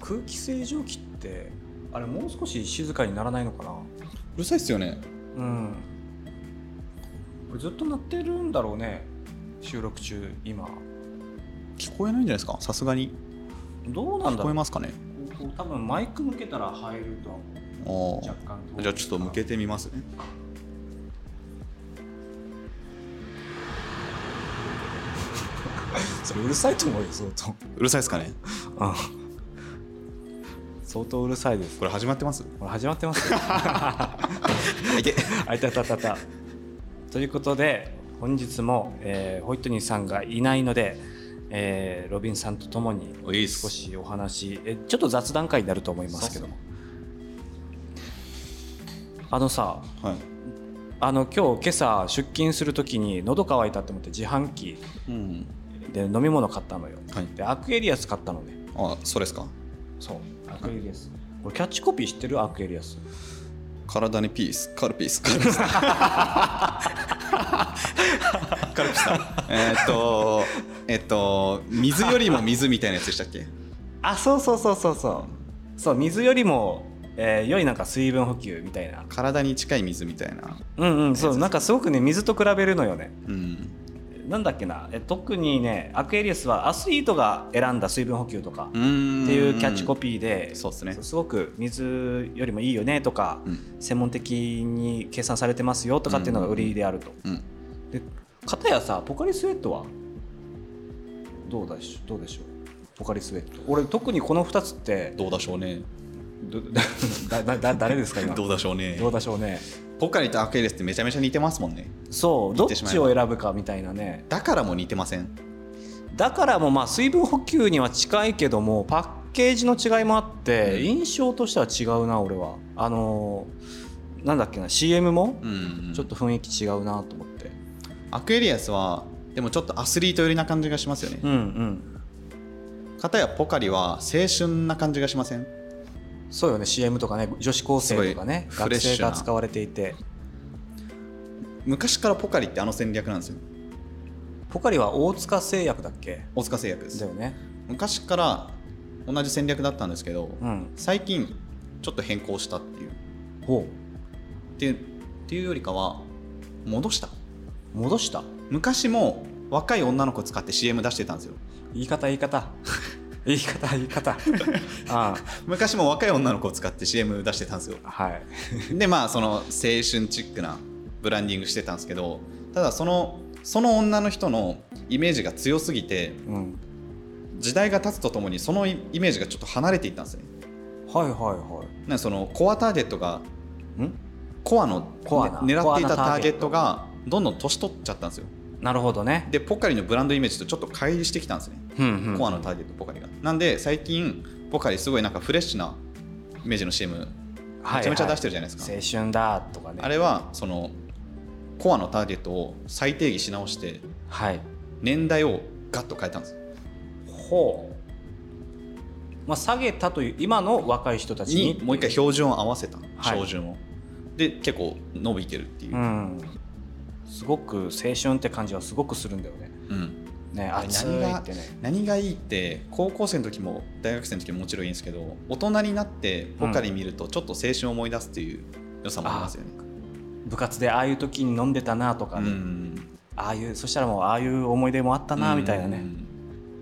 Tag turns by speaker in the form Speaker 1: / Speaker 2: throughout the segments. Speaker 1: 空気清浄機ってあれもう少し静かにならないのかな
Speaker 2: うるさいっすよね
Speaker 1: うんこれずっと鳴ってるんだろうね収録中今
Speaker 2: 聞こえないんじゃないですかさすがに
Speaker 1: どうなんだ
Speaker 2: 聞こ
Speaker 1: ろ
Speaker 2: え
Speaker 1: う
Speaker 2: ますかね
Speaker 1: ここ多分マイク向けたら入るとは思う
Speaker 2: あー
Speaker 1: 若干遠い
Speaker 2: じゃあちょっと向けてみますね
Speaker 1: それうるさいと思うよ相当
Speaker 2: うるさいですかね
Speaker 1: 相当うるさいです
Speaker 2: これ始まってます
Speaker 1: これ始まってますよ
Speaker 2: あいけ
Speaker 1: あいたいたいたいたということで本日も、えーホイットニーさんがいないので、えーロビンさんとともに
Speaker 2: いいっ
Speaker 1: 少しお話えちょっと雑談会になると思いますけどもあのさ
Speaker 2: はい
Speaker 1: あの今日今朝出勤する時に喉乾いたと思って自販機
Speaker 2: うん
Speaker 1: で飲み物買ったのよ、
Speaker 2: はい
Speaker 1: でアクエリアス買ったのね
Speaker 2: あそうですか
Speaker 1: そうアクエリアスこれキャッチコピー知ってるアクエリアス
Speaker 2: 体にピースカルピ スカルピスカルピスさんえーっとえっと水よりも水みたいなやつでしたっけ
Speaker 1: あそうそうそうそうそうそう水よりも、えー良いなんか水分補給みたいな
Speaker 2: 体に近い水みたいな
Speaker 1: うんうんそうなんかすごくね水と比べるのよね
Speaker 2: うん
Speaker 1: なんだっけなえ特にねアクエリアスはアスリートが選んだ水分補給とか
Speaker 2: う
Speaker 1: っ
Speaker 2: ん
Speaker 1: ていうキャッチコピーで
Speaker 2: そうっすね
Speaker 1: すごく水よりもいいよねとか、
Speaker 2: うん
Speaker 1: 専門的に計算されてますよとかっていうのが売りであると、
Speaker 2: うん
Speaker 1: で片やさポカリスエットはどうだしどうでしょうポカリスエット俺特にこの2つって
Speaker 2: どうだしょうね
Speaker 1: どだだだ誰ですか今
Speaker 2: どうだしょうね
Speaker 1: どうでしょうね
Speaker 2: ポカリとアクエリアスってめちゃめちゃ似てますもんね
Speaker 1: そうど
Speaker 2: 言
Speaker 1: っ
Speaker 2: ってしまえ
Speaker 1: ち
Speaker 2: ば
Speaker 1: を選ぶかみたいなね
Speaker 2: だからも似てません
Speaker 1: だからもうまあ水分補給には近いけどもパッケージの違いもあって、
Speaker 2: うん
Speaker 1: 印象としては違うな俺はあのーなんだっけな CM も
Speaker 2: うん
Speaker 1: ちょっと雰囲気違うなと思って、
Speaker 2: アクエリアスはでもちょっとアスリート寄りな感じがしますよね
Speaker 1: うん、うん
Speaker 2: かたやポカリは青春な感じがしません
Speaker 1: そうよね CM とかね女子高生とかね
Speaker 2: すごいフ
Speaker 1: 学
Speaker 2: レッシ
Speaker 1: 生
Speaker 2: ュな
Speaker 1: が使われていて
Speaker 2: 昔からポカリってあの戦略なんですよ
Speaker 1: ポカリは大塚製薬だっけ
Speaker 2: 大塚製薬です
Speaker 1: だよね
Speaker 2: 昔から同じ戦略だったんですけど、
Speaker 1: うん
Speaker 2: 最近ちょっと変更したっていうっ
Speaker 1: ほ
Speaker 2: ていうっていうよりかは戻した
Speaker 1: う戻した
Speaker 2: 昔も若い女の子使って CM 出してたんですよ
Speaker 1: 言い方言い 方言い方言い方あ
Speaker 2: 昔も若い女の子を使って CM 出してたんですよ
Speaker 1: あはい
Speaker 2: でまあその青春チックなブランディングしてたんですけどただそのその女の人のイメージが強すぎて
Speaker 1: うん
Speaker 2: 時代が経つとともにそのイイメージがちょっと離れていったんですね
Speaker 1: はいはいは
Speaker 2: なんかそのコアターゲットが
Speaker 1: いん
Speaker 2: コアの
Speaker 1: コアな
Speaker 2: ね狙っていた
Speaker 1: コ
Speaker 2: タ
Speaker 1: アなタ
Speaker 2: ー
Speaker 1: ー
Speaker 2: ゲ
Speaker 1: ゲ
Speaker 2: ッ
Speaker 1: ッ
Speaker 2: ト
Speaker 1: ト
Speaker 2: がどんどん年取っちゃったんですよ
Speaker 1: なるほどね
Speaker 2: でポカリのブランドイメージとちょっと乖離してきたんですね、
Speaker 1: うんうん
Speaker 2: コアのターゲットポカリがなんで最近ポカリすごいなんかフレッシュなイメージの CM
Speaker 1: はいはい
Speaker 2: めちゃめちゃ出してるじゃないですか
Speaker 1: 青春だとかね
Speaker 2: あれはそのコアのターゲットを再定義し直して
Speaker 1: はい
Speaker 2: 年代をガッと変えたんです
Speaker 1: ほう、まあ、下げたという今の若い人たちに
Speaker 2: にもう一回標準を合わせた
Speaker 1: はい
Speaker 2: 標準を、で結構伸びてるっていう、
Speaker 1: うんすごく青春って感じはすごくするんだよね
Speaker 2: うん
Speaker 1: ね
Speaker 2: あれ
Speaker 1: 熱
Speaker 2: 何
Speaker 1: い
Speaker 2: が
Speaker 1: ってね
Speaker 2: 何がいいって高校生の時も大学生の時ももちろんいいんですけど大人になってポカリ見るとちょっと青春を思い出すっていう良さもありますよね、
Speaker 1: 部活でああいう時に飲んでたなとか
Speaker 2: う
Speaker 1: ね、
Speaker 2: ん
Speaker 1: ああいうそしたらもうああいう思い出もあったなみたいなね、
Speaker 2: うん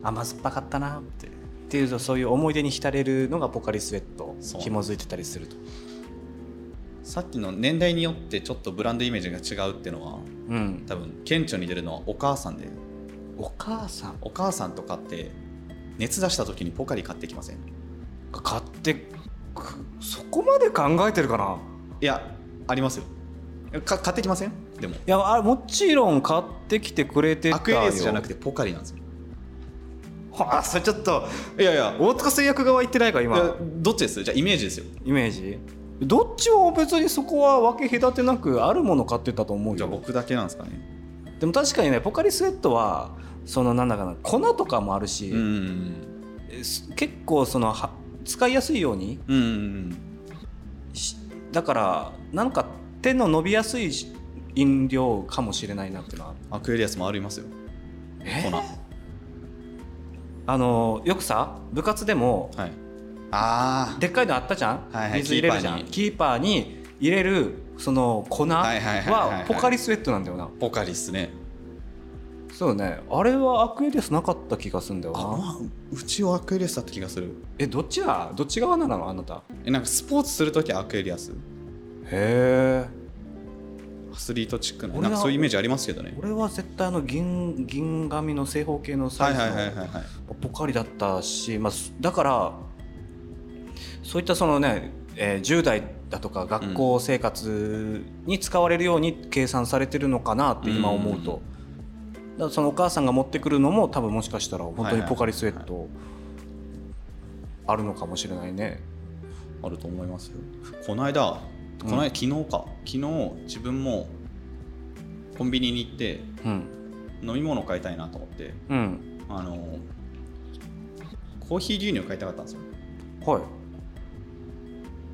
Speaker 1: 甘酸っぱかったなってっていうとそういう思い出に浸れるのがポカリスエット
Speaker 2: そう
Speaker 1: 紐づいてたりすると
Speaker 2: さっきの年代によってちょっとブランドイメージが違うっていうのは
Speaker 1: うん
Speaker 2: 多分顕著に出るのはお母さんで
Speaker 1: お母さん
Speaker 2: お母さんとかって熱出した時にポカリ買ってきません
Speaker 1: が買ってくそこまで考えてるかない
Speaker 2: やありますよか買ってきませんでも
Speaker 1: いやあもちろん買ってきてくれてたよ
Speaker 2: アクエリアスじゃなくてポカリなんですよ
Speaker 1: あそれちょっと
Speaker 2: いやいや
Speaker 1: 大塚製薬側言ってないか
Speaker 2: いや
Speaker 1: 今
Speaker 2: どっちですじゃあイメージですよ
Speaker 1: イメージどっちも別にそこは分け隔てなくあるもの買ってたと思う
Speaker 2: じゃあ
Speaker 1: よ
Speaker 2: 僕だけなんですかね
Speaker 1: でも確かにねポカリスエットはそのなんだかな粉とかもあるし、
Speaker 2: うん
Speaker 1: えす結構そのは使いやすいように
Speaker 2: うんうん
Speaker 1: しだからなんか手の伸びやすいし飲料かもしれないなってのは
Speaker 2: アクエリアスもありますよ
Speaker 1: え
Speaker 2: 粉は
Speaker 1: あのよくさ部活でも
Speaker 2: いあ
Speaker 1: でっかいのあったじゃん、
Speaker 2: はいはい
Speaker 1: 水入れるじゃんキーパーに入れるその粉
Speaker 2: いはいはいはいは
Speaker 1: はいポカリスエットなんだよな、
Speaker 2: あポカリっすね
Speaker 1: そうねあれはアクエリアスなかった気がするんだよ
Speaker 2: あ
Speaker 1: な
Speaker 2: まあうちはアクエリアスだった気がする
Speaker 1: えどっちだどっち側なのあなた
Speaker 2: えなんかスポーツする時はアクエリアス
Speaker 1: へえ
Speaker 2: アスリートチックな
Speaker 1: 俺
Speaker 2: な
Speaker 1: は
Speaker 2: んかそういうイメージありますけどね
Speaker 1: 俺は絶対あの銀銀紙の正方形のサ
Speaker 2: は
Speaker 1: イ
Speaker 2: い
Speaker 1: ズ
Speaker 2: はいはいはい
Speaker 1: の
Speaker 2: はい
Speaker 1: ポカリだったし、まあ、すだからそういったそのね、えー10代だとか学校生活に使われるように計算されてるのかなって今思う
Speaker 2: う
Speaker 1: と、だからそのお母さんが持ってくるのも多分もしかしたら本当にポカリスエットあるのかもしれないね。
Speaker 2: あると思いますよこの間この間、昨日か昨日自分もコンビニに行って
Speaker 1: うん、
Speaker 2: 飲み物買いたいなと思って
Speaker 1: うん、
Speaker 2: あのコーヒー牛乳買いたかったんですよ
Speaker 1: はい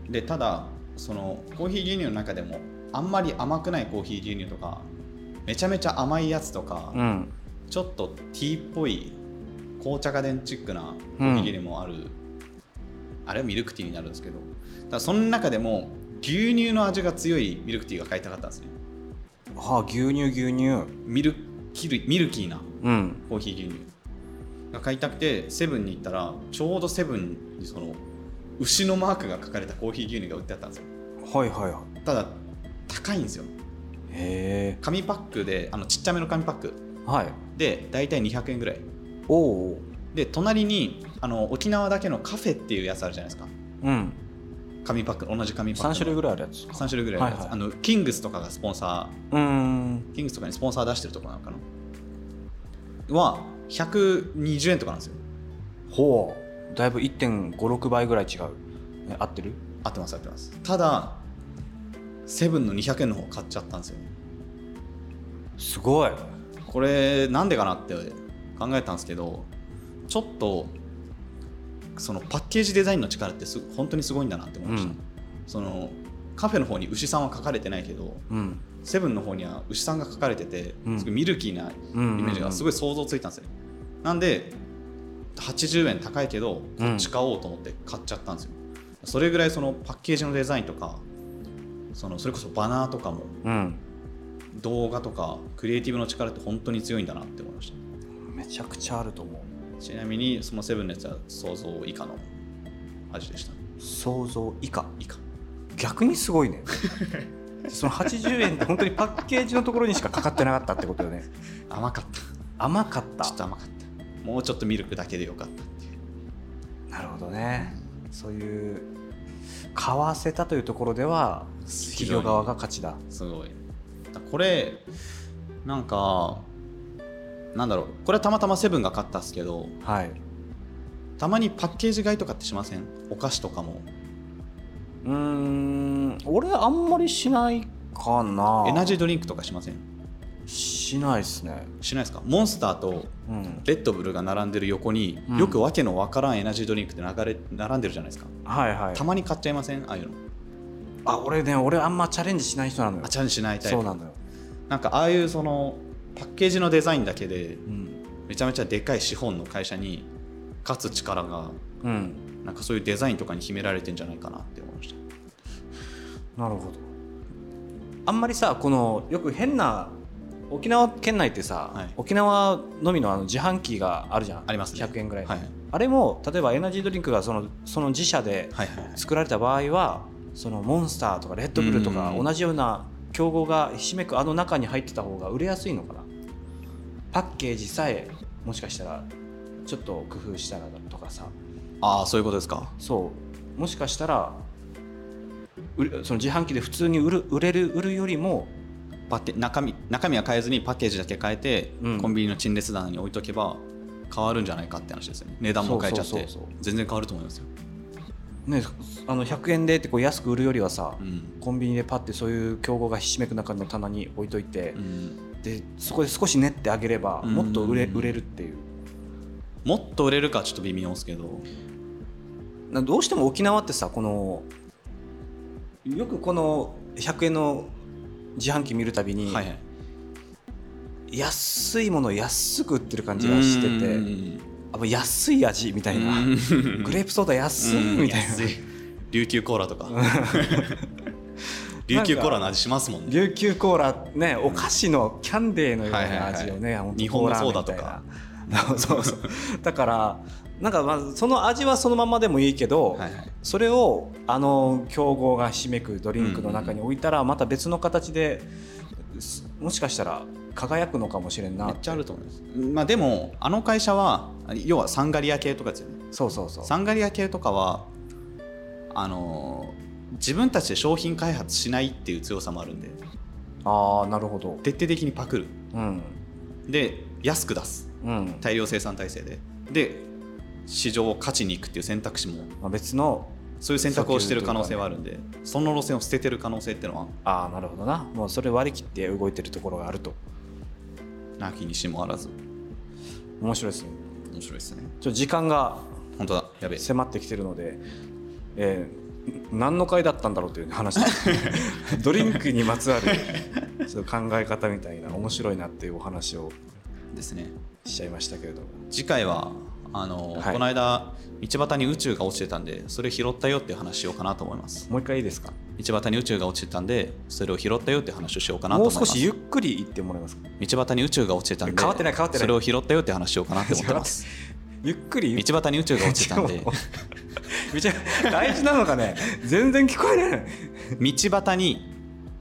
Speaker 2: でただそのコーヒー牛乳の中でもあんまり甘くないコーヒー牛乳とかめちゃめちゃ甘いやつとか、
Speaker 1: うん
Speaker 2: ちょっとティーっぽい紅茶家電チックなコーヒー牛乳もある、あれはミルクティーになるんですけどただその中でも牛乳の味が強いミルクティーが買いたかったんですね
Speaker 1: はあ牛乳牛乳
Speaker 2: ミルキルミルキーな
Speaker 1: うん
Speaker 2: コーヒー牛乳が買いたくてセブンに行ったらちょうどセブンにその牛のマークが書かれたコーヒー牛乳が売ってあったんですよ
Speaker 1: はいはいはい
Speaker 2: ただ高いんですよ
Speaker 1: へえ
Speaker 2: 紙パックであのちっちゃめの紙パック
Speaker 1: はい
Speaker 2: で大体200円ぐらい
Speaker 1: おお
Speaker 2: で隣にあの沖縄だけのカフェっていうやつあるじゃないですか
Speaker 1: うん
Speaker 2: 紙パック同じ紙パ
Speaker 1: 3
Speaker 2: ックの
Speaker 1: 種類ぐらいあるやつ
Speaker 2: 三種類ぐらいあるやつ
Speaker 1: はいはい
Speaker 2: あのキングスとかがスポンサ
Speaker 1: うーん
Speaker 2: ーキングスとかにスポンサー出してるとこなのかなは120円とかなんですよ
Speaker 1: ほうだいぶ1.56倍ぐらい違う、ね、合ってる
Speaker 2: 合ってます合ってますただセブンの200円の方買っちゃったんですよ
Speaker 1: すごい
Speaker 2: これなんでかなって考えたんですけどちょっとそのパッケージデザインの力ってす本当にすごいんだなって思いました、
Speaker 1: うん
Speaker 2: そのカフェの方に牛さんは書かれてないけど
Speaker 1: うん
Speaker 2: セブンの方には牛さんが書かれてて
Speaker 1: うん
Speaker 2: すごいミルキーなイ
Speaker 1: うん
Speaker 2: メージがすごい想像ついたんですよね、なんで80円高いけどこっち買おうと思って買っちゃったんですよ、それぐらいそのパッケージのデザインとかそのそれこそバナーとかも
Speaker 1: うん
Speaker 2: 動画とかクリエイティブの力って本当に強いんだなって思いました
Speaker 1: めちゃくちゃあると思う
Speaker 2: ちなみにそのセブンのやつは想像以下の味でした。
Speaker 1: 想像以下
Speaker 2: 以下。
Speaker 1: 逆にすご いねその80円って本当にパッケージのところにしかかかってなかったってことよね
Speaker 2: 甘かった。
Speaker 1: 甘かった
Speaker 2: ちょっと甘かった。もうちょっとミルクだけでよかったっていう。
Speaker 1: なるほどねそういう買わせたというところでは企業側が勝ちだ
Speaker 2: すごい。だこれ、なんか、なんだろう。これはたまたまセブンが買ったんですけど、
Speaker 1: はい
Speaker 2: たまにパッケージ買いとかってしませんお菓子とかも。
Speaker 1: うーん俺あんまりしないかな
Speaker 2: エナジードリンクとかしません
Speaker 1: しないですね
Speaker 2: しないですかモンスターと
Speaker 1: うん
Speaker 2: レッドブルが並んでる横に
Speaker 1: うん
Speaker 2: よくわけのわからんエナジードリンクって流れ並んでるじゃないですか。
Speaker 1: はいはい
Speaker 2: たまに買っちゃいませんああいうの。
Speaker 1: あ俺ね俺あんまチャレンジしない人なのよ
Speaker 2: あ、チャレンジしないタイプ
Speaker 1: そうなのよ、
Speaker 2: なんかああいうそのパッケージのデザインだけで
Speaker 1: うん
Speaker 2: めちゃめちゃでかい資本の会社に勝つ力が
Speaker 1: うん、
Speaker 2: なんかそういうデザインとかに秘められてんじゃないかなって思いました
Speaker 1: なるほどあんまりさこのよく変な沖縄県内ってさ、
Speaker 2: はい
Speaker 1: 沖縄のみのあの自販機があるじゃん
Speaker 2: ありますね
Speaker 1: 100円ぐらいの、
Speaker 2: はい
Speaker 1: あれも例えばエナジードリンクがそのその自社で
Speaker 2: はいはいはい
Speaker 1: 作られた場合はそのモンスターとかレッドブルとか
Speaker 2: うん
Speaker 1: 同じような競合がひしめくあの中に入ってた方が売れやすいのかなパッケージさえもしかしたらちょっと工夫したらとかさ
Speaker 2: ああそういうことですか
Speaker 1: そうもしかしたら売れその自販機で普通に売る売れる売るよりも
Speaker 2: パッケ中身中身は変えずにパッケージだけ変えて、
Speaker 1: うん
Speaker 2: コンビニの陳列棚に置いとけば変わるんじゃないかって話ですよね値段も変えちゃって
Speaker 1: そうそうそうそう
Speaker 2: 全然変わると思いますよ、
Speaker 1: ねあの100円でってこう安く売るよりはさ
Speaker 2: うん
Speaker 1: コンビニでパッてそういう競合がひしめく中の棚に置いといて
Speaker 2: うん
Speaker 1: でそこで少し練ってあげれば
Speaker 2: うん
Speaker 1: もっと売れ売れるっていう
Speaker 2: もっと売れるかちょっと微妙ですけど
Speaker 1: などうしても沖縄ってさこのよくこの100円の自販機見るたびに、
Speaker 2: はいはい
Speaker 1: 安いものを安く売ってる感じがして
Speaker 2: う
Speaker 1: て
Speaker 2: ん
Speaker 1: あもう安い味みたいな、グレープソーダ安いみたいな、
Speaker 2: うん安琉球コーラ とか琉球コーラの味しますもんね
Speaker 1: 琉球コーラねお菓子のキャンデーのような味をね、
Speaker 2: はいはいはい
Speaker 1: 本当
Speaker 2: 日本のソーダ
Speaker 1: コラみたいな そうそうだからなんかまあその味はそのままでもいいけど、
Speaker 2: はいはい
Speaker 1: それをあの競合がひしめくドリンクの中に置いたらまた別の形ですもしかしたら輝くのかもしれん
Speaker 2: め
Speaker 1: な
Speaker 2: っちゃあると思います、まあ、でもあの会社は要はサンガリア系とかですよね
Speaker 1: そうそうそう
Speaker 2: サンガリア系とかはあのー自分たちで商品開発しないっていう強さもあるんで
Speaker 1: ああなるほど
Speaker 2: 徹底的にパクる
Speaker 1: うん
Speaker 2: で安く出す
Speaker 1: うん、
Speaker 2: 大量生産体制でで市場を勝ちに行くっていう選択肢も
Speaker 1: まあ、別の
Speaker 2: そういう選択をしてる可能性はあるんでその路線を捨ててる可能性っていうのは
Speaker 1: ああなるほどなもうそれ割り切って動いてるところがあると
Speaker 2: なきにしもあらず
Speaker 1: 面白いですね
Speaker 2: 面白いですね
Speaker 1: ちょっと時間が
Speaker 2: 本当だやべえ
Speaker 1: 迫ってきてるので、えー何の回だったんだろうという話ドリンクにまつわるちょっと考え方みたいな面白いなっていうお話を
Speaker 2: ですね
Speaker 1: しちゃいましたけれども
Speaker 2: 次回はあの、
Speaker 1: はい
Speaker 2: この間道端に宇宙が落ちてたんでそれ拾ったよっていう話しようかなと思います
Speaker 1: もう一回いいですか
Speaker 2: 道端に宇宙が落ちてたんでそれを拾ったよっていう話をしようかなと
Speaker 1: も
Speaker 2: 思
Speaker 1: う
Speaker 2: います
Speaker 1: 少しゆっくり言ってもらえますか
Speaker 2: 道端に宇宙が落ちてたんで
Speaker 1: 変わってない変わってない
Speaker 2: それを拾ったよって話しようかなって思っ てます
Speaker 1: ゆっくり言っ
Speaker 2: 道端に宇宙が落ちてたんで
Speaker 1: 道大事なのか ね全然聞こえない
Speaker 2: 道端に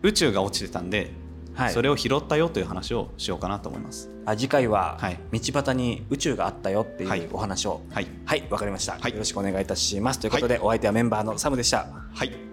Speaker 2: 宇宙が落ちてたんで、
Speaker 1: はい
Speaker 2: それを拾ったよという話をしようかなと思います
Speaker 1: あ次回は
Speaker 2: はい
Speaker 1: 道端に宇宙があったよって
Speaker 2: はいいう
Speaker 1: お話を
Speaker 2: はい
Speaker 1: はいわかりました、
Speaker 2: はい
Speaker 1: よろしくお願いいたしますということで、お相手はメンバーのサムでした
Speaker 2: はい